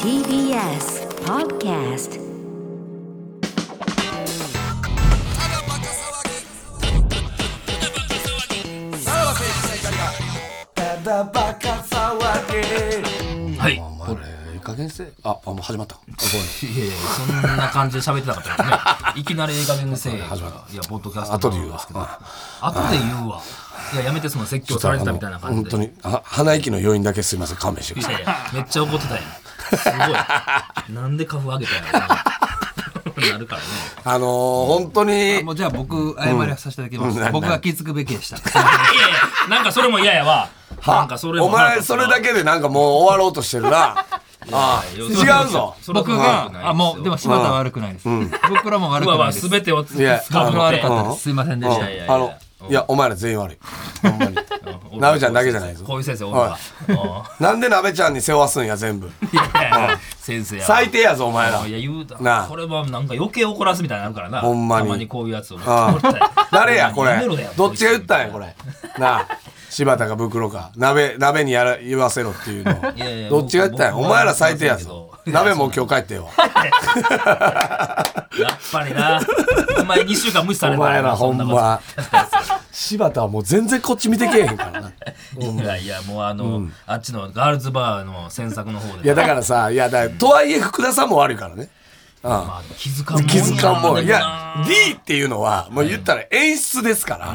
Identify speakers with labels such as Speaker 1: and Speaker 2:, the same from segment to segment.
Speaker 1: TBS Podcast
Speaker 2: はい。い
Speaker 3: あれいい加減せえああもう始まったあご
Speaker 2: やいや、そんな感じで喋ってなかったからね。いきなり映画でせい。いや、ポッドキャスト。
Speaker 3: 後で言うわ
Speaker 2: 後で言うわ。いや、やめて、その説教され
Speaker 3: めん
Speaker 2: てたみたいな感じで。
Speaker 3: 本当にあ鼻息の余韻だけすいません勘弁してくだ
Speaker 2: い
Speaker 3: さい
Speaker 2: やいやめっちゃ怒ってたやん。すごい。なんでカフ上げたんやろな。なるからね。
Speaker 3: あのー本当に
Speaker 4: もうじゃあ僕謝りさせていただきます、
Speaker 3: うん
Speaker 4: 僕が気づくべき でした
Speaker 2: いやいや、なんかそれも嫌やわ。なんかそれも
Speaker 3: お前それだけでなんかもう終わろうとしてるなあ
Speaker 2: いやいや
Speaker 3: 違うぞ
Speaker 2: それは
Speaker 4: 僕
Speaker 2: 良くないですよ
Speaker 4: があもうでも柴田は悪くないです、僕らも悪
Speaker 2: う
Speaker 4: く
Speaker 2: わう
Speaker 4: ないで
Speaker 2: わ、
Speaker 4: す
Speaker 2: すべてを使う
Speaker 3: いや
Speaker 4: 僕が
Speaker 2: のっ
Speaker 4: 悪
Speaker 2: て
Speaker 4: か。った
Speaker 3: う
Speaker 4: で
Speaker 3: ん
Speaker 4: すすいませんで
Speaker 3: うん
Speaker 4: した、
Speaker 2: いやいや
Speaker 3: あのいやお前ら全員悪いほんまになべちゃんだけじゃないぞ
Speaker 2: こういう先生おるわ。う
Speaker 3: なんでなべちゃんに背負わすんや全部
Speaker 2: んいやいや先生やわ。
Speaker 3: 最低やぞお前ら
Speaker 2: いや言うた
Speaker 3: なあ
Speaker 2: これはなんか余計怒らすみたいになるからな
Speaker 3: ほんまに
Speaker 2: たまにこういうやつを
Speaker 3: あ あ誰やこ
Speaker 2: や
Speaker 3: れ
Speaker 2: めろや
Speaker 3: どっちが言ったんや これなあ柴田か袋か鍋鍋にやら言わせろっていうの
Speaker 2: いやいや
Speaker 3: どっちが言ったんや
Speaker 2: 僕
Speaker 3: お前ら最低やぞ
Speaker 2: 僕は
Speaker 3: 鍋もう今日 帰ってよ
Speaker 2: やっぱりなお前2週間無視された
Speaker 3: お
Speaker 2: から
Speaker 3: 前
Speaker 2: な
Speaker 3: らほん
Speaker 2: そな
Speaker 3: ま柴田はもう全然こっち見てけえへんからない
Speaker 2: こといやいやもうあの、あっちのガールズバーの詮索の方で
Speaker 3: いやだからさいやだからとはいえ福田さんも悪いからねうん
Speaker 2: まあ、気づかんもん
Speaker 3: 気づかんもん
Speaker 2: や
Speaker 3: いや D っていうのはもう言ったら演出ですから、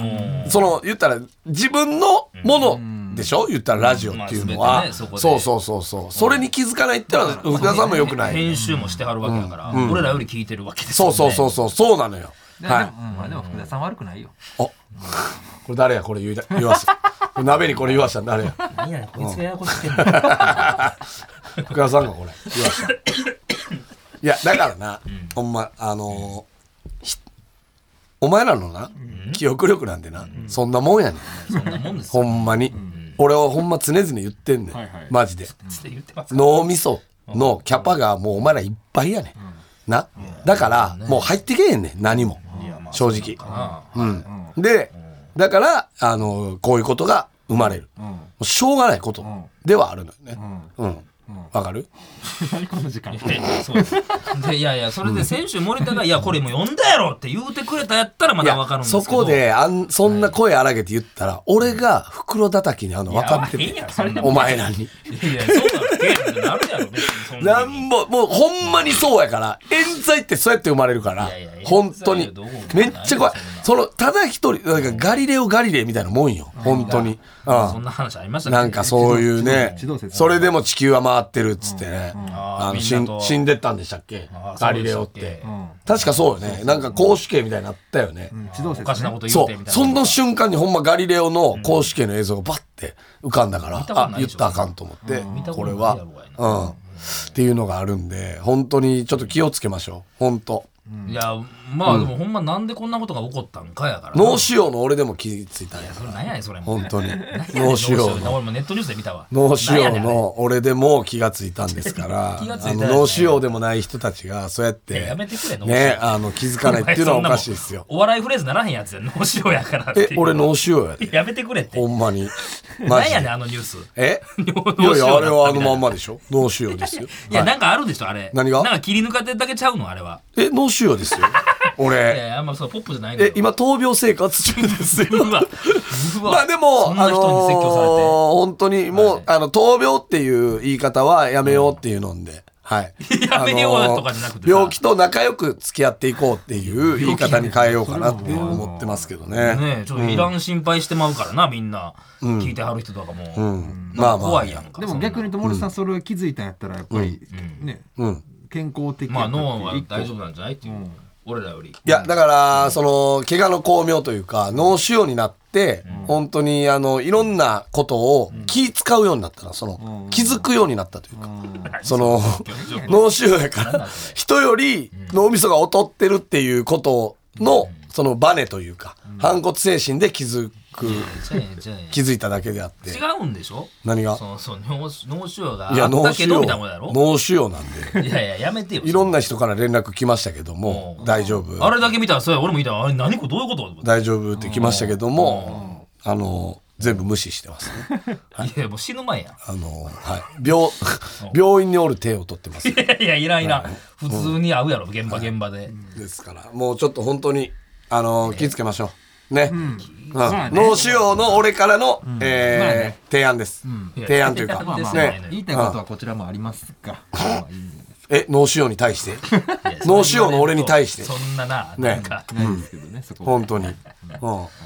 Speaker 3: その言ったら自分のものでしょ、言ったらラジオっていうの
Speaker 2: まあ
Speaker 3: は、
Speaker 2: 全てねそこ
Speaker 3: そ
Speaker 2: で
Speaker 3: うそうそうそうそれに気づかないってのは福田さんもよくない、
Speaker 2: 編集もしてはるわけだから、俺らより聞いてるわけです
Speaker 3: そうそうそううそうそうなのよ
Speaker 4: いや
Speaker 3: は
Speaker 4: で
Speaker 3: い
Speaker 4: もうんまあでも福田さん悪くないよ
Speaker 3: おこれ誰やこれ言いだ言わす鍋にこれ言わしたの誰や
Speaker 2: 何やねんこいつがややこしくてんの
Speaker 3: 福田さんがこれ言わしたいやだからな、ほんまあのーひお前らのな、記憶力なんてな、そんなもんやねん
Speaker 2: そんなもんですよ
Speaker 3: ほんまに。俺はほんま常々言ってんねん。マジで。
Speaker 2: つって言ってます
Speaker 3: 脳みそのキャパがもうお前らいっぱいやねん。な。だから、もう入ってけえへんねん、何も。正直。
Speaker 2: ああ
Speaker 3: うん。で、だから、あの、こういうことが生まれる。もうしょうがないことではあるのよね。うん。わかる
Speaker 2: でいやいやそれで先週森田が「いやこれもう呼んだやろ」って言うてくれたやったらま
Speaker 3: い
Speaker 2: だ分かるん
Speaker 3: や、
Speaker 2: ですけど
Speaker 3: そこで、あん、そんな声荒げて言ったら、俺が袋叩きにあんの分かって
Speaker 2: いや
Speaker 3: て
Speaker 2: いやそんな、
Speaker 3: お前らに。
Speaker 2: いやいやそうなるなるやろ別にそん
Speaker 3: な
Speaker 2: なん
Speaker 3: ぼ、もうほんまにそうやから、冤罪ってそうやって生まれれるから
Speaker 2: いやいや、
Speaker 3: 本当に
Speaker 2: 冤罪はどうも。
Speaker 3: めっちゃ怖い
Speaker 2: ないよ。
Speaker 3: その、ただ一人、なんかガリレオ・ガリレイみたいなもんよ、本当に。
Speaker 2: そん
Speaker 3: う
Speaker 2: な話ありました
Speaker 3: ん。
Speaker 2: っけ
Speaker 3: なんかそういうね
Speaker 4: 地動地動、説
Speaker 3: それでも地球は回ってるっつってね、
Speaker 2: あー
Speaker 3: あの
Speaker 2: みん
Speaker 3: 死
Speaker 2: なんと
Speaker 3: 死んでったんでしたっけ
Speaker 2: あー
Speaker 3: ガリレオっ
Speaker 2: そうでしてたっけう。
Speaker 3: 確かそうよね。なんか公主刑みたいになったよね。
Speaker 4: 自動説
Speaker 2: おかしなこと言
Speaker 3: そう
Speaker 2: てみ
Speaker 3: う。
Speaker 2: たいな
Speaker 3: その瞬間にほんまガリレオの公主刑の映像がバッて浮かんだから、
Speaker 2: たこと
Speaker 3: あ、
Speaker 2: ない
Speaker 3: 言っ
Speaker 2: でしょ
Speaker 3: たらあかんと思って
Speaker 2: 見た、
Speaker 3: こ
Speaker 2: こ
Speaker 3: れ
Speaker 2: とない
Speaker 3: は
Speaker 2: やろ。お
Speaker 3: うん、っていうのがあるんで本当にちょっと気をつけましょう本当
Speaker 2: 前いやまあでもほんまなんでこんなことが起こったんかやからな
Speaker 3: 脳腫瘍の俺でも気ついたんや
Speaker 2: それなんやねんそれも
Speaker 3: 本当に
Speaker 2: 脳
Speaker 3: 脳
Speaker 2: 腫
Speaker 3: 腫
Speaker 2: 瘍
Speaker 3: 瘍
Speaker 2: の
Speaker 3: の
Speaker 2: 俺もネットニュースで見たわ
Speaker 3: 脳腫
Speaker 2: なんやね
Speaker 3: 瘍
Speaker 2: んあれ
Speaker 3: の俺でも気がついたんですから
Speaker 2: 気がついた
Speaker 3: あ
Speaker 2: ん
Speaker 3: の
Speaker 2: やね
Speaker 3: 脳腫瘍でもない人たちがそうやっ
Speaker 2: いや
Speaker 3: て
Speaker 2: やめてくれ脳腫瘍
Speaker 3: ねあの気づかないっていうのはおかしいですよ
Speaker 2: お笑いフレーズならへんやつや脳腫瘍やから ってい
Speaker 3: え
Speaker 2: う
Speaker 3: 俺脳腫瘍やで
Speaker 2: やめてくれって
Speaker 3: ほんまに
Speaker 2: な
Speaker 3: マ
Speaker 2: ん
Speaker 3: ジ
Speaker 2: やねん
Speaker 3: で
Speaker 2: あのニュース
Speaker 3: えい
Speaker 2: 脳
Speaker 3: やい
Speaker 2: 腫瘍
Speaker 3: やあれはあ
Speaker 2: だったみたいな
Speaker 3: のまんまでしょ脳腫瘍ですよ
Speaker 2: いや
Speaker 3: はい
Speaker 2: なんかあるでしょあれ
Speaker 3: 何が
Speaker 2: なんか切り抜かれてるだけちゃうのあれは
Speaker 3: え脳腫瘍です よ
Speaker 2: い
Speaker 3: 俺
Speaker 2: やいやあんまそうポップじゃないのよ
Speaker 3: え今闘病生活中ですよ
Speaker 2: うわ うわ
Speaker 3: まあでも、
Speaker 2: そ
Speaker 3: あ
Speaker 2: んな
Speaker 3: の
Speaker 2: 人に説教されて、
Speaker 3: ー本当にもう、あの、闘病っていう言い方はやめようっていうのんで、はい。
Speaker 2: やめよう
Speaker 3: あのー
Speaker 2: とかじゃなくてさ
Speaker 3: 病気と仲良く付き合っていこうっていう言い方に変えようかなって思ってますけどね。
Speaker 2: ねえちょっといらん心配してまうからな、みんな、聞いてはる人とかも、
Speaker 3: うん
Speaker 2: ま
Speaker 3: ま
Speaker 2: あ
Speaker 3: あまあ
Speaker 2: 怖いやんか
Speaker 4: でも逆に友達さんそれを気づいたんやったらやっぱり、ね、
Speaker 3: うん。
Speaker 4: 健康的
Speaker 2: そんなま
Speaker 4: や
Speaker 2: あ
Speaker 4: ったって
Speaker 2: 脳は
Speaker 4: 一個
Speaker 2: 大丈夫なんじゃないっていう、俺らより
Speaker 3: いや、だから、その、怪我の巧妙というか、脳腫瘍になって、本当に、あの、いろんなことを気使うようになったな、その、気づくようになったというか、そ の、脳腫瘍やから、人より脳みそが劣ってるっていうことの、そのバネというか、反骨精神で気づく、
Speaker 2: 違うやん違うやん
Speaker 3: 気づいただけであって、
Speaker 2: 違うんでしょ
Speaker 3: 何が
Speaker 2: そうそう脳腫脳腫瘍が
Speaker 3: いや、
Speaker 2: あっ
Speaker 3: 脳
Speaker 2: た
Speaker 3: 腫
Speaker 2: けどみたいなことや
Speaker 3: 瘍、
Speaker 2: ろ
Speaker 3: 脳腫瘍なんで、
Speaker 2: いやいややめてよ
Speaker 3: いろんな人から連絡来ましたけども
Speaker 2: う、ん
Speaker 3: 大丈夫。
Speaker 2: あれだけ見たらそれ俺も見たらあれ何これどういうこと
Speaker 3: 大丈夫って来ましたけども、あの全部無視してますね。
Speaker 2: いやもう死ぬ前や
Speaker 3: あの、はい。病、病院におる手を取ってます。
Speaker 2: いやいやいらん いらん、普通に会うやろ現場現場で、
Speaker 3: ですから、もうちょっと本当に、あの、気ぃつけましょう。ね。うん
Speaker 4: まあね
Speaker 3: 脳腫瘍の俺からの、えー
Speaker 4: まあね
Speaker 3: 提案です、提案というか、
Speaker 2: 提案ですよ
Speaker 3: ね
Speaker 2: ね
Speaker 4: 言いたいことはこちらもありますが、まあいいんじゃない
Speaker 3: え脳腫瘍に対して脳腫瘍の俺に対して
Speaker 2: そんなな
Speaker 3: ね
Speaker 2: なんか、
Speaker 4: ないですけどね、そこは。
Speaker 3: 本当に、うん、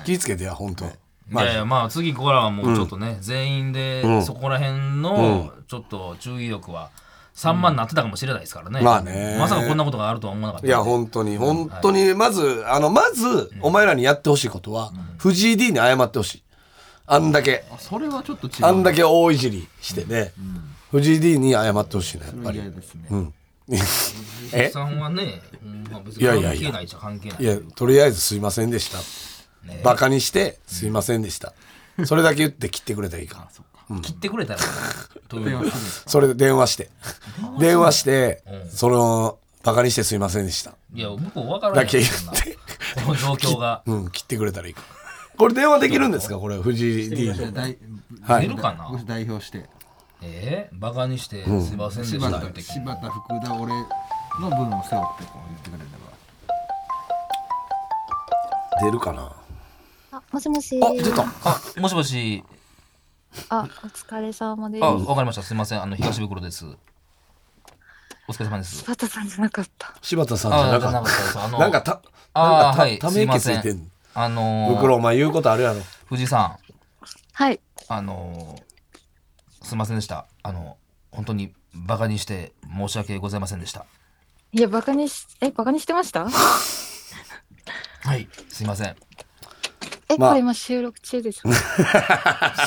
Speaker 3: 気ぃつけてや本当、ま
Speaker 2: いやいやまあ次ここらはもうちょっとね、全員でそこら辺のちょっと注意力は散漫になってたかもしれないですからね、
Speaker 3: まあね
Speaker 2: まさかこんなことがあるとは思わなかった
Speaker 3: いや本当に本当にまずあのまずお前らにやってほしいことは、藤井 D に謝ってほしいあんだけ、
Speaker 4: あそれはちょっと違う。
Speaker 3: あんだけ大いじりしてね、藤井 D に謝ってほしいなやっぱり、
Speaker 4: 嫌ですね。
Speaker 2: 藤井さんはね、うんまあ、別に
Speaker 3: いやいや
Speaker 2: 関
Speaker 3: いや
Speaker 2: 係ないっちゃ関係ない
Speaker 3: いやとりあえずすいませんでした、バカにしてすいませんでした、それだけ言って切ってくれたらいい から
Speaker 2: 切ってくれたらという
Speaker 4: 電話す
Speaker 3: それで電話して。電話して、その、バカにしてすいませんでした。
Speaker 2: いや向こう分からな
Speaker 3: だ
Speaker 2: い
Speaker 3: け
Speaker 2: よ
Speaker 3: 言
Speaker 2: そんな
Speaker 3: って、
Speaker 2: この状況が
Speaker 3: うん、切ってくれたらいいから。これ電話できるんですかこれ、藤井 D の。
Speaker 4: る代
Speaker 3: はい
Speaker 2: 出るかな
Speaker 4: ご代表して、
Speaker 2: えー、バカにしてすいませんでし
Speaker 4: 柴
Speaker 2: たっ
Speaker 4: 田、
Speaker 2: て、
Speaker 4: 柴田、福田、俺の分を背負ってこう言ってくれれば。
Speaker 3: 出るかな
Speaker 1: あ、もしもし。
Speaker 3: あ、出た。
Speaker 2: あもしもし
Speaker 1: あ、お疲れ様です
Speaker 2: あ。わかりましたすいませんあの東袋ですお疲れ様です
Speaker 1: 柴田さんじゃなかった。
Speaker 3: 柴田さんじゃ
Speaker 2: あ
Speaker 3: なかっ
Speaker 2: じゃですあ
Speaker 3: た。
Speaker 2: の
Speaker 3: なんかた、なん
Speaker 2: あー
Speaker 3: か
Speaker 2: はい
Speaker 3: たた
Speaker 2: す
Speaker 3: め
Speaker 2: いま
Speaker 3: 息つ
Speaker 2: せん
Speaker 3: いてん
Speaker 2: あの
Speaker 3: の。
Speaker 2: ー、
Speaker 3: 袋、お前言うことあるやろ。
Speaker 2: 藤井さ
Speaker 1: はい。
Speaker 2: ん、あのー、すいませんでした。あの、本当にバカにして申し訳ございませんでした。
Speaker 1: いや、バカにし、え、バカにしてました
Speaker 2: はい。すいません。
Speaker 1: え、
Speaker 3: まあ
Speaker 1: これ今収録中です。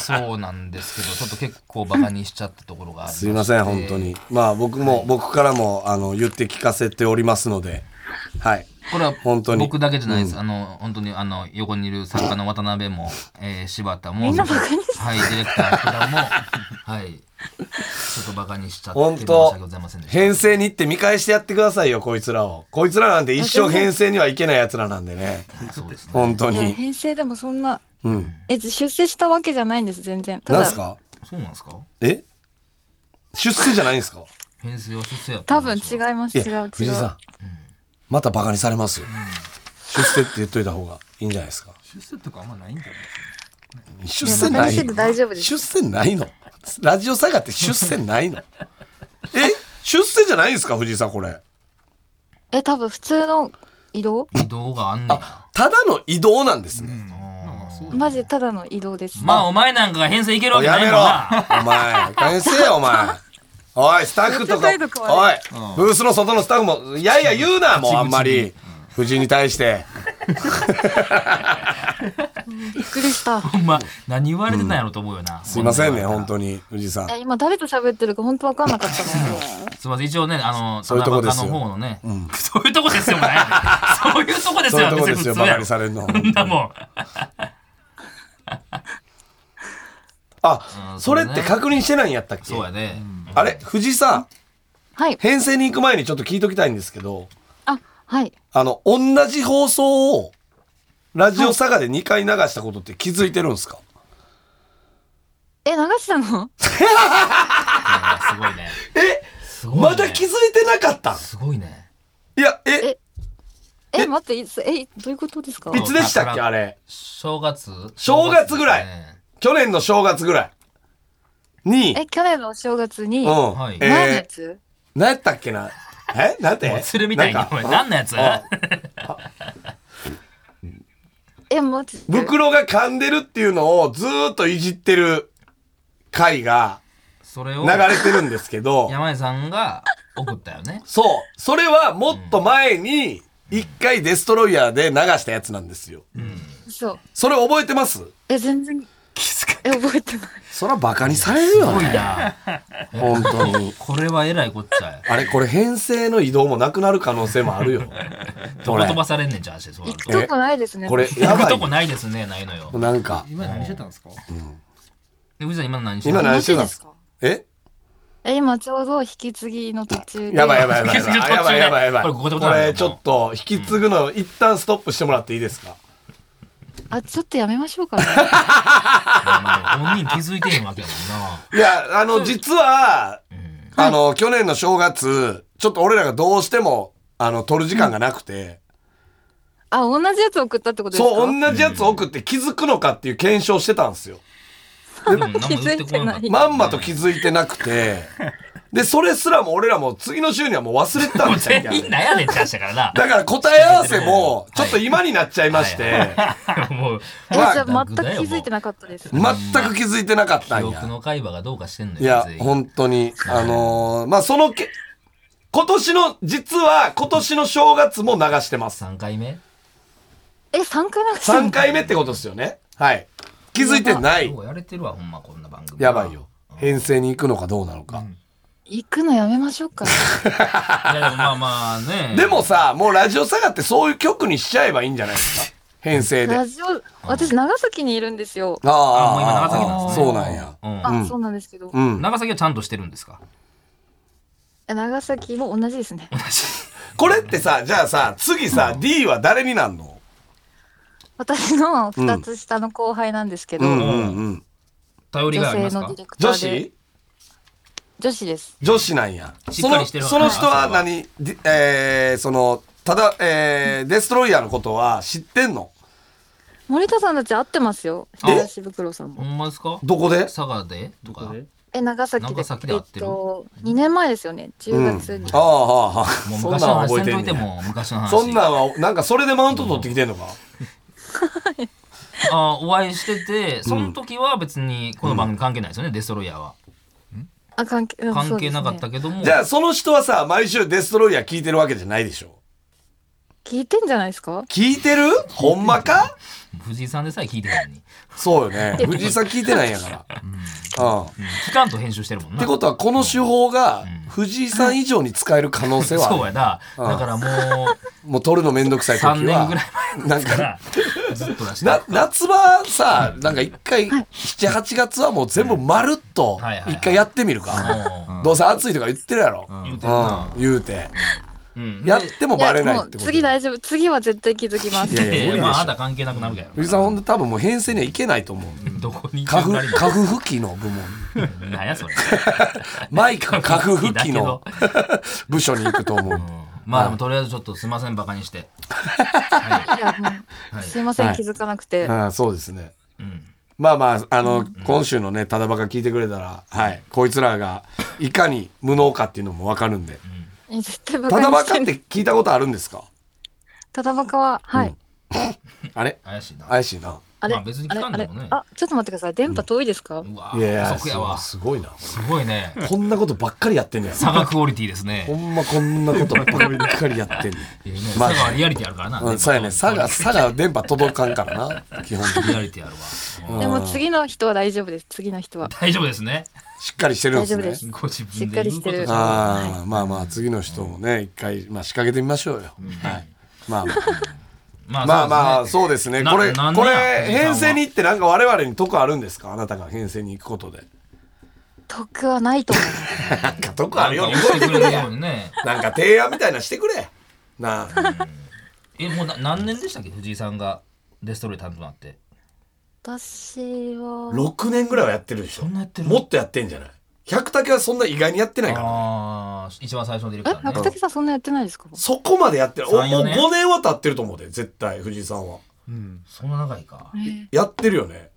Speaker 2: そうなんですけど、ちょっと結構バカにしちゃったところがありして
Speaker 3: すいません、本当。に。まあ、僕も、僕からも、あの、言って聞かせておりますので。はい。
Speaker 2: これは
Speaker 3: 本当に
Speaker 2: 僕だけじゃないです。あの、本当に、あの、横にいる作家の渡辺も、えー、柴田も、
Speaker 1: みんなバカにし
Speaker 2: はい、ディレクター福田も、はい。ちょっとバカにしちゃって、
Speaker 3: 本
Speaker 2: 申し訳
Speaker 3: 当
Speaker 2: ございませんでした。
Speaker 3: 編成に行って見返してやってくださいよ、こいつらを。こいつらなんて一生編成にはいけない奴らなんでね。
Speaker 2: そうですね。
Speaker 3: 本当
Speaker 1: いや、
Speaker 3: に。
Speaker 1: 編成でもそんな、
Speaker 3: うん。
Speaker 1: え、出世したわけじゃないんです、全然。た
Speaker 3: なん
Speaker 1: だ
Speaker 3: す、か
Speaker 2: そうなんですか
Speaker 3: え出世じゃないんですか
Speaker 2: 編成は出世やった
Speaker 1: 多
Speaker 2: んで
Speaker 1: 分
Speaker 2: し
Speaker 1: 違
Speaker 2: ょう
Speaker 1: います、
Speaker 3: い
Speaker 1: 違
Speaker 3: や
Speaker 1: う、違
Speaker 3: 藤井さん
Speaker 1: う。、
Speaker 3: またバカにされますよ。出世って言っといた方がいいんじゃないですか。
Speaker 4: 出世とかあんまないんじゃない
Speaker 3: 出世ない
Speaker 1: いやバカにしてて大丈夫です
Speaker 3: 出世ないのラジオ下がって出世ない のえ出世じゃないんですか藤井さん、これ。
Speaker 1: え、多分普通の移動
Speaker 2: 移動があんねんな。
Speaker 3: ただの移動なんですね。
Speaker 1: マジでただの移動です。
Speaker 2: まあお前なんかが編成いけるわけ
Speaker 3: や
Speaker 2: ない
Speaker 3: め
Speaker 2: もん
Speaker 3: ろ
Speaker 2: な。
Speaker 3: お前、返せよ、お前。おい、スタッフとか、
Speaker 1: やってないとこ
Speaker 3: おい、ブースの外のスタッフも、いやいや言うな、もうあんまり。藤井に対して。
Speaker 1: びっくりし た。
Speaker 2: ほんま何言われてたんやろと思うよな。
Speaker 3: すいませんね、
Speaker 2: こな
Speaker 3: 本当に、藤井さん。
Speaker 1: え、今誰と喋ってるか本当わかんなかった の。
Speaker 2: すいません一応ねあの
Speaker 3: そういうとこですよ
Speaker 2: 田中の方のね、そういうとこですよもう ないねそういうとこです
Speaker 3: そういう
Speaker 2: よ
Speaker 3: とこです
Speaker 2: 別に普
Speaker 3: よ、バ
Speaker 2: 通や
Speaker 3: カ
Speaker 2: ろ
Speaker 3: にされるのは。
Speaker 2: そんなもん
Speaker 3: あ
Speaker 2: う、ん
Speaker 3: それって確認してないんやったっけ
Speaker 2: そうやね。
Speaker 3: あれ、藤井さん、
Speaker 1: はい。
Speaker 3: 編成に行く前にちょっと聞いときたいんですけど、
Speaker 1: あ、はい。
Speaker 3: あの、同じ放送を、ラジオ佐賀で2回流したことって気づいてるんですか
Speaker 1: え、流したの
Speaker 2: すごいね。
Speaker 3: え
Speaker 2: すごいね。
Speaker 3: まだ気づいてなかったん
Speaker 2: すごいね。
Speaker 3: いや、え、
Speaker 1: え、待って、いつ、え、どういうことですか
Speaker 3: いつでしたっけ
Speaker 2: だから
Speaker 3: あれ。
Speaker 2: 正月
Speaker 3: 正月ぐらい
Speaker 2: 正月ですね
Speaker 3: 去年の正月ぐらいに、
Speaker 1: え、去年のお正月に、
Speaker 3: うん、
Speaker 2: はい
Speaker 3: えー
Speaker 1: 何のやつ
Speaker 3: 何やったっけなえなんて
Speaker 2: 釣るみたいに
Speaker 3: なん
Speaker 2: お前
Speaker 3: か
Speaker 2: 何のやつ
Speaker 3: あ
Speaker 1: え、待って。
Speaker 3: 袋が噛んでるっていうのをずーっといじってる回が
Speaker 2: それを
Speaker 3: 流れてるんですけど、。
Speaker 2: 山根さんが送ったよね
Speaker 3: そう。それはもっと前に、一回デストロイヤーで流したやつなんですよ。
Speaker 1: そう。
Speaker 3: それ覚えてます
Speaker 1: え、全然、え、覚えてない。
Speaker 3: そらバカにされるよ
Speaker 2: すごい。な。
Speaker 3: 本当に。
Speaker 2: これはえらいこっちゃや。
Speaker 3: あれ、これ編成の移動もなくなる可能性もある よ。
Speaker 2: ど
Speaker 3: こ
Speaker 2: こ
Speaker 3: れ
Speaker 2: 飛、ばされんねんじゃん、足そうなると
Speaker 1: 行くとこないですね。
Speaker 3: これ、や
Speaker 2: 行く
Speaker 3: ば
Speaker 2: とこ
Speaker 3: い。
Speaker 2: ないですね、ないのよ。
Speaker 3: なんか、
Speaker 4: 今何してたんですか
Speaker 2: で、藤井さん今の何して
Speaker 3: 今
Speaker 2: る
Speaker 3: 何
Speaker 1: マ
Speaker 3: して
Speaker 1: ジ
Speaker 3: たん
Speaker 1: で
Speaker 3: です
Speaker 1: す
Speaker 3: か
Speaker 1: か
Speaker 3: え
Speaker 1: え、今ちょうど引き継ぎの途中で。
Speaker 3: やばいや
Speaker 1: い。
Speaker 3: ばいやばいやばい。やばいやばいやばい。
Speaker 2: これここで
Speaker 3: こ
Speaker 2: ここで
Speaker 3: れちょっと、引き継ぐの、一旦ストップしてもらっていいですか
Speaker 1: あちょっとやめましょうかね
Speaker 2: まあ本人気づいてへんわけやもんない
Speaker 3: や、あの、実は、あの、去年の正月、ちょっと俺らがどうしても、あの、撮る時間がなくて、
Speaker 1: あ同じやつ送ったってことですか
Speaker 3: そう、同じやつ送って気づくのかっていう検証してたんですよ。
Speaker 2: でも何も言ってこなかっ
Speaker 1: 気づい
Speaker 2: た。
Speaker 1: て
Speaker 3: まんまと気づいてなくて、で、それすらも俺らも次の週にはもう忘れてたん
Speaker 2: もう
Speaker 3: ですよ。
Speaker 2: 全
Speaker 3: みたい
Speaker 2: 員
Speaker 3: な
Speaker 2: 悩んでって話したからな。
Speaker 3: だから答え合わせも、ちょっと今になっちゃいまして、
Speaker 2: もう、
Speaker 1: え
Speaker 3: まあ
Speaker 1: じゃあ全く気づいてなかったです
Speaker 3: 全く気づいてなかった
Speaker 2: 記
Speaker 3: ん
Speaker 2: 憶
Speaker 3: や。
Speaker 2: の海馬がどうかしてんのよ。
Speaker 3: いや
Speaker 2: 全、員
Speaker 3: 本当に、あのーまあ、そのけ、今年の、実は今年の正月も流してます。
Speaker 2: 三回目
Speaker 1: え3回なんか
Speaker 3: 3回目ってことですよね。はい。気づいてない
Speaker 2: よ。うやれてるわ、ほんま、こんな番組。
Speaker 3: やばいよ。。編成に行くのかどうなのか。
Speaker 1: 行くのやめましょうかね
Speaker 2: いや、でもまあまあね。
Speaker 3: でもさ、もうラジオ下がってそういう曲にしちゃえばいいんじゃないですか。編成で。あ
Speaker 1: ラジオ私長崎にいるんですよ
Speaker 3: あああ、
Speaker 2: もう今長崎なん
Speaker 3: あ
Speaker 2: で
Speaker 3: あ
Speaker 2: すね。
Speaker 3: そうなんや。
Speaker 1: あ、
Speaker 2: う。
Speaker 1: そうなんですけど、
Speaker 3: うんん。
Speaker 2: 長崎はちゃんとしてるんですか
Speaker 1: 長崎も同じですね
Speaker 3: これってさ、じゃあさ、次さ、D は誰になんの
Speaker 1: 私の2つ下の後輩なんですけど、
Speaker 3: うんうんうん。
Speaker 2: 頼り
Speaker 1: 女
Speaker 2: があり
Speaker 1: 性
Speaker 2: ます
Speaker 1: の
Speaker 2: か
Speaker 1: ディレクタ
Speaker 3: 女
Speaker 1: ーで
Speaker 3: 子
Speaker 1: 女子です
Speaker 3: 女子なんや。
Speaker 2: しっかりしてるわ
Speaker 3: そのその人
Speaker 2: あ
Speaker 3: は
Speaker 2: そうか
Speaker 3: 何でえー、その、ただ、えー、デストロイヤーのことは知ってんの
Speaker 1: 森田さんたち会ってますよ
Speaker 2: え
Speaker 1: 東ブクロさん
Speaker 2: ほ
Speaker 1: も
Speaker 2: んまですか
Speaker 3: どこで
Speaker 2: 佐賀でとか。
Speaker 1: え長崎で
Speaker 2: 長崎で会ってる
Speaker 1: えっと2年前ですよね10月に、
Speaker 3: ああ、ああ、
Speaker 2: もう
Speaker 3: そんなん
Speaker 2: 昔の
Speaker 3: は
Speaker 2: 話
Speaker 3: 覚
Speaker 2: せ
Speaker 3: え
Speaker 2: んとい
Speaker 3: てんね
Speaker 2: て
Speaker 3: や
Speaker 2: も、昔の話。
Speaker 3: そんなんは、なんかそれでマウント取ってきてんのか、
Speaker 2: あお会いしてて、その時は別にこの番組関係ないですよね、デストロイヤーは。
Speaker 1: あ関係うん
Speaker 2: 関係なかっ
Speaker 1: そう
Speaker 2: たけども。
Speaker 3: じゃあその人はさ、毎週デストロイヤー聞いてるわけじゃないでしょ
Speaker 1: ですね聞いてんじゃないですか
Speaker 3: 聞いてるほんまか
Speaker 2: 藤井さんでさえ聞いてるの に。
Speaker 3: そうよね。藤井さん聞いてないんやから。うん。っ
Speaker 2: 期間と編集してるもんな。
Speaker 3: てことは、この手法が、藤井さん以上に使える可能性はある
Speaker 2: そうやな。だからもう、
Speaker 3: もう取るのめんどくさい時は。
Speaker 2: 3年ぐらい
Speaker 3: なん
Speaker 2: 前か
Speaker 3: か、
Speaker 2: らずっと出して
Speaker 3: な
Speaker 2: た。
Speaker 3: 夏場さ、なんか一回、7、8月はもう全部まるっと
Speaker 2: はいはいはい
Speaker 3: 一回やってみるか。どうせ暑いとか言ってるやろ。
Speaker 2: 言うてるな。
Speaker 3: うん、言うて。
Speaker 2: うん。
Speaker 3: やってもバレない
Speaker 1: や
Speaker 3: っ
Speaker 1: もう
Speaker 3: てこと。
Speaker 1: 次大丈夫次は絶対気づきます
Speaker 3: いやいや
Speaker 2: で
Speaker 3: 無理でしょ
Speaker 2: まあ、あなた関係なくなるから。
Speaker 3: 藤井さんほんと多分もう編成にはいけないと思う。
Speaker 2: どこに
Speaker 3: 花粉、
Speaker 2: な
Speaker 3: 花粉吹きの部門。
Speaker 2: るなんやそれ。
Speaker 3: マイクが花粉吹きの
Speaker 2: だ
Speaker 3: 部署に行くと思う。
Speaker 2: まあでもとりあえずちょっとすいません、バカにして。
Speaker 1: いやもうすいません、
Speaker 3: はい
Speaker 1: 気づかなくて、
Speaker 3: ああそうですね。
Speaker 2: うん。
Speaker 3: まあまあ、あの、今週のね、ただばか聞いてくれたら、はい、こいつらがいかに無能かっていうのもわかるんで。
Speaker 1: え絶対バ
Speaker 3: ただ
Speaker 1: カに
Speaker 3: ば
Speaker 1: して
Speaker 3: かっ
Speaker 1: る
Speaker 3: て聞いたことあるんですか
Speaker 1: ただバカははい、
Speaker 3: あれ
Speaker 2: 怪しいな。
Speaker 3: 怪しいな。
Speaker 1: あれ、
Speaker 2: まあ別に聞かん
Speaker 1: あれ
Speaker 2: でもね
Speaker 1: あれあちょっと待ってください電波遠いですか、
Speaker 2: うわ
Speaker 3: いやいや、
Speaker 2: 遅くやわ。す
Speaker 3: すごいな。
Speaker 2: ごいね。
Speaker 3: こんなことばっかりやって んねや。
Speaker 2: 佐賀クオリティです
Speaker 3: ほ
Speaker 2: ね。
Speaker 3: んまこんなことばっかりやってんね
Speaker 2: いやね佐賀
Speaker 3: まあ
Speaker 2: はリアリティあるからな。
Speaker 3: うん、そうやね。 佐賀、佐賀電波届かんからな。基本的
Speaker 2: リ
Speaker 3: に。
Speaker 2: アリティあるわ。
Speaker 1: でも次の人は大丈夫です次の人は
Speaker 2: 大丈夫ですね。
Speaker 3: しっかりしてるんです
Speaker 1: 大丈夫
Speaker 3: ね
Speaker 1: で。す
Speaker 2: ご自分
Speaker 1: しっ
Speaker 2: で
Speaker 1: かり
Speaker 2: 言う
Speaker 1: し
Speaker 2: こ
Speaker 1: て
Speaker 2: と
Speaker 1: る
Speaker 2: じゃない
Speaker 3: ああ、まあまあ、次の人もね、一回、まあ仕掛けてみましょうよ。はい。まあまあ。
Speaker 2: まあ
Speaker 3: まあま
Speaker 2: ま
Speaker 3: あ
Speaker 2: あ、
Speaker 3: そうですね。
Speaker 2: な
Speaker 3: これ、
Speaker 2: なんで
Speaker 3: これ
Speaker 2: や藤井さんは
Speaker 3: 編成に行ってなんか我々に得あるんですかあなたが編成に行くことで。
Speaker 1: 得はないと思います
Speaker 3: なんか得
Speaker 2: なんか教えてくれるようにね。
Speaker 3: なんか提案みたいなしてくれ。なあ。
Speaker 2: え、もうな何年でしたっけ藤井さんがデストロイ担当になって。
Speaker 1: 私は
Speaker 3: 6年ぐらいはやってるでしょ。
Speaker 2: そんなやってる
Speaker 3: もっとやってんじゃない百竹はそんな意外にやってないからね。
Speaker 2: ああ、一番最初のディレ
Speaker 1: え
Speaker 2: クター
Speaker 1: 中
Speaker 2: ね。
Speaker 1: 竹さんそんなやってないですか
Speaker 3: そこまでやってる。お
Speaker 2: 三
Speaker 3: も
Speaker 2: 四
Speaker 3: う
Speaker 2: 年
Speaker 3: 5年は経ってると思うで、絶対、藤井さんは。
Speaker 2: そんな長いか。
Speaker 3: やってるよね。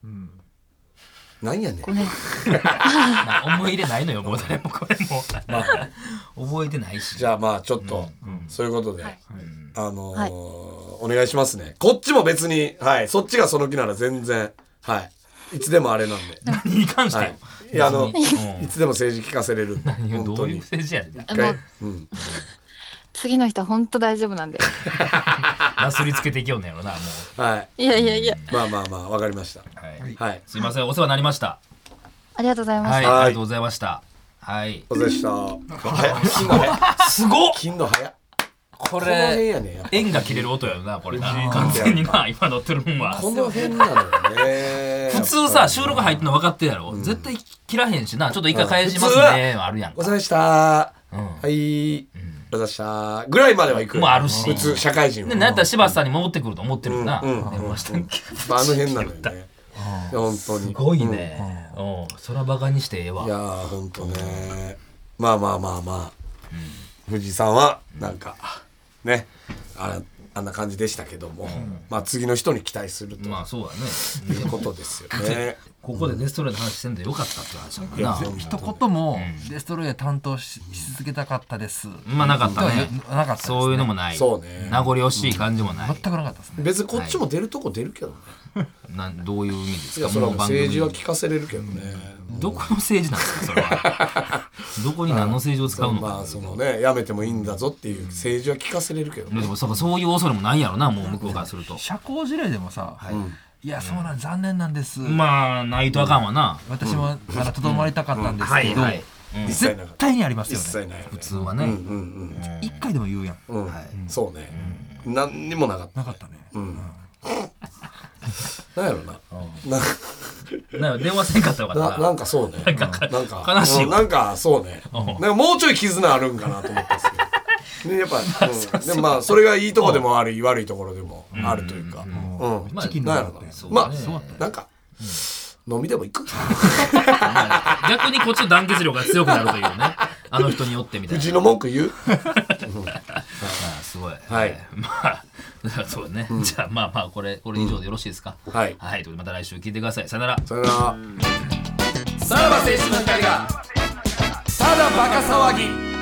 Speaker 3: なんやねん。
Speaker 1: ごめん
Speaker 2: な思い入れないのよ、もう誰もこれも。覚えてないし。
Speaker 3: じゃあまあちょっと、そういうことで、あのー
Speaker 1: はい
Speaker 3: お願いしますね。こっちも別に、はい、そっちがその気なら全然、はい、いつでもあれなんで。
Speaker 2: 何に関して
Speaker 3: は
Speaker 2: よ。
Speaker 3: い、いやあの、
Speaker 2: 別にうん
Speaker 3: いつでも政治聞かせれるんで。
Speaker 2: 何が
Speaker 3: 本
Speaker 2: ど
Speaker 3: 当
Speaker 2: ういう
Speaker 3: に。
Speaker 2: 政治やねん。
Speaker 1: あ
Speaker 3: 一回
Speaker 1: の次の人は本当大丈夫なんで
Speaker 2: なすりつけていきようねやろな、も
Speaker 3: はい。
Speaker 1: いやいやいや
Speaker 3: まあまあまあ、わかりました。
Speaker 2: う。はい。
Speaker 3: はい。
Speaker 2: すいません、お世話になりました。
Speaker 1: ありがとうございました、
Speaker 2: はい、
Speaker 3: はい
Speaker 2: ありがとうございました。はい。
Speaker 3: お疲れ様でした。早い。金の早い。
Speaker 2: すごっ
Speaker 3: 金の早い。
Speaker 2: こ
Speaker 3: この辺
Speaker 2: れ、
Speaker 3: やねやっぱ
Speaker 2: 縁が切れる音やろな、これな。完全にな、今乗ってるもんは。
Speaker 3: この辺なのよね。
Speaker 2: 普通さ、収録入ってんの分かってるやろ。絶対切らへんしな、ちょっと一回返します
Speaker 3: うん普通
Speaker 2: ね、あるやんか
Speaker 3: お疲。れ様でした。
Speaker 2: うん
Speaker 3: はい。ざしたぐらいまでは行く。
Speaker 2: もあるし
Speaker 3: 普通、社会人は。
Speaker 2: で、なんやったら柴田さんに戻ってくると思ってるよな。
Speaker 3: うんうん
Speaker 2: 電話したっけ
Speaker 3: まああの辺なのよね。本当に。
Speaker 2: すごいね。うん。そらバカにしてええわ
Speaker 3: い。やー、本当ね。まあまあまあまあ。藤井さんは、なんか、ね、ああんな感じでしたけども、まあ次の人に期待すると
Speaker 2: まあそうだ
Speaker 3: い
Speaker 2: ね。
Speaker 3: うことですよ ね。
Speaker 2: ここでデストロイの話してんでよかったっていう話だからな。
Speaker 5: 一言もデストロイヤー担当しし続けたかったです。
Speaker 2: まあなかったね
Speaker 5: なかったですね
Speaker 2: そういうのもない。
Speaker 3: そうね
Speaker 2: 名残惜しい感じもない。
Speaker 5: 全くなかったですね。
Speaker 3: 別にこっちも出るとこ出るけどね。
Speaker 2: なんどういう意味です
Speaker 3: い
Speaker 2: か
Speaker 3: や、それはもう
Speaker 2: 番組
Speaker 3: 政治は聞かせれるけどね。
Speaker 2: どこの政治なんですかそれ は。どこに何の政治を使うのか。
Speaker 3: まあそのね、やめてもいいんだぞっていう政治は聞かせれるけどね。
Speaker 2: でもそうかそういう恐れもないやろなもう向こうからすると。
Speaker 5: 社交辞令でもさ、いや、そうなん、残念なんです。
Speaker 2: まあないとあかんわな。
Speaker 5: 私も、あの、とどまりたかったんです
Speaker 2: は
Speaker 5: け
Speaker 2: い
Speaker 5: ど、
Speaker 2: はい。うん
Speaker 3: 実際
Speaker 5: 絶
Speaker 3: なかった
Speaker 5: 対にありますよ
Speaker 3: 一
Speaker 5: ね。
Speaker 3: 切ないよね
Speaker 2: 普。通はね。
Speaker 3: うんうん
Speaker 5: 一回でも言うやん。
Speaker 3: うん。うんそうね。何にもなかった。
Speaker 5: なかったね。
Speaker 3: なんやろな。な
Speaker 2: なんか電話せんかったらよかっ
Speaker 3: な
Speaker 2: た
Speaker 3: な
Speaker 2: な。
Speaker 3: んかそうね。なんか、なんか
Speaker 2: 悲しいわ
Speaker 3: なんかそうね。なんかもうちょい絆あるんかなと思ったんですけど。ねやっぱ、うんでもまあ、それがいいとこでもある、悪いところでもあるというか。うん。
Speaker 2: まあ
Speaker 3: なんやろ
Speaker 2: そ
Speaker 3: な。
Speaker 2: うだ
Speaker 3: ま
Speaker 2: ね
Speaker 3: あ、なんか、飲みでも行く
Speaker 2: 逆にこっちの団結力が強くなる というね。あの人によってみたいな。
Speaker 3: 藤井の文句言う
Speaker 2: ああすごい。
Speaker 3: はい。
Speaker 2: まあ、だからそうね。じゃあまあまあ、これ、これ以上でよろしいですか。
Speaker 3: はい
Speaker 2: はい。ということでまた来週聞いてください。さよなら。
Speaker 3: さよなら。さらば青春の光が、ただバカ騒ぎ。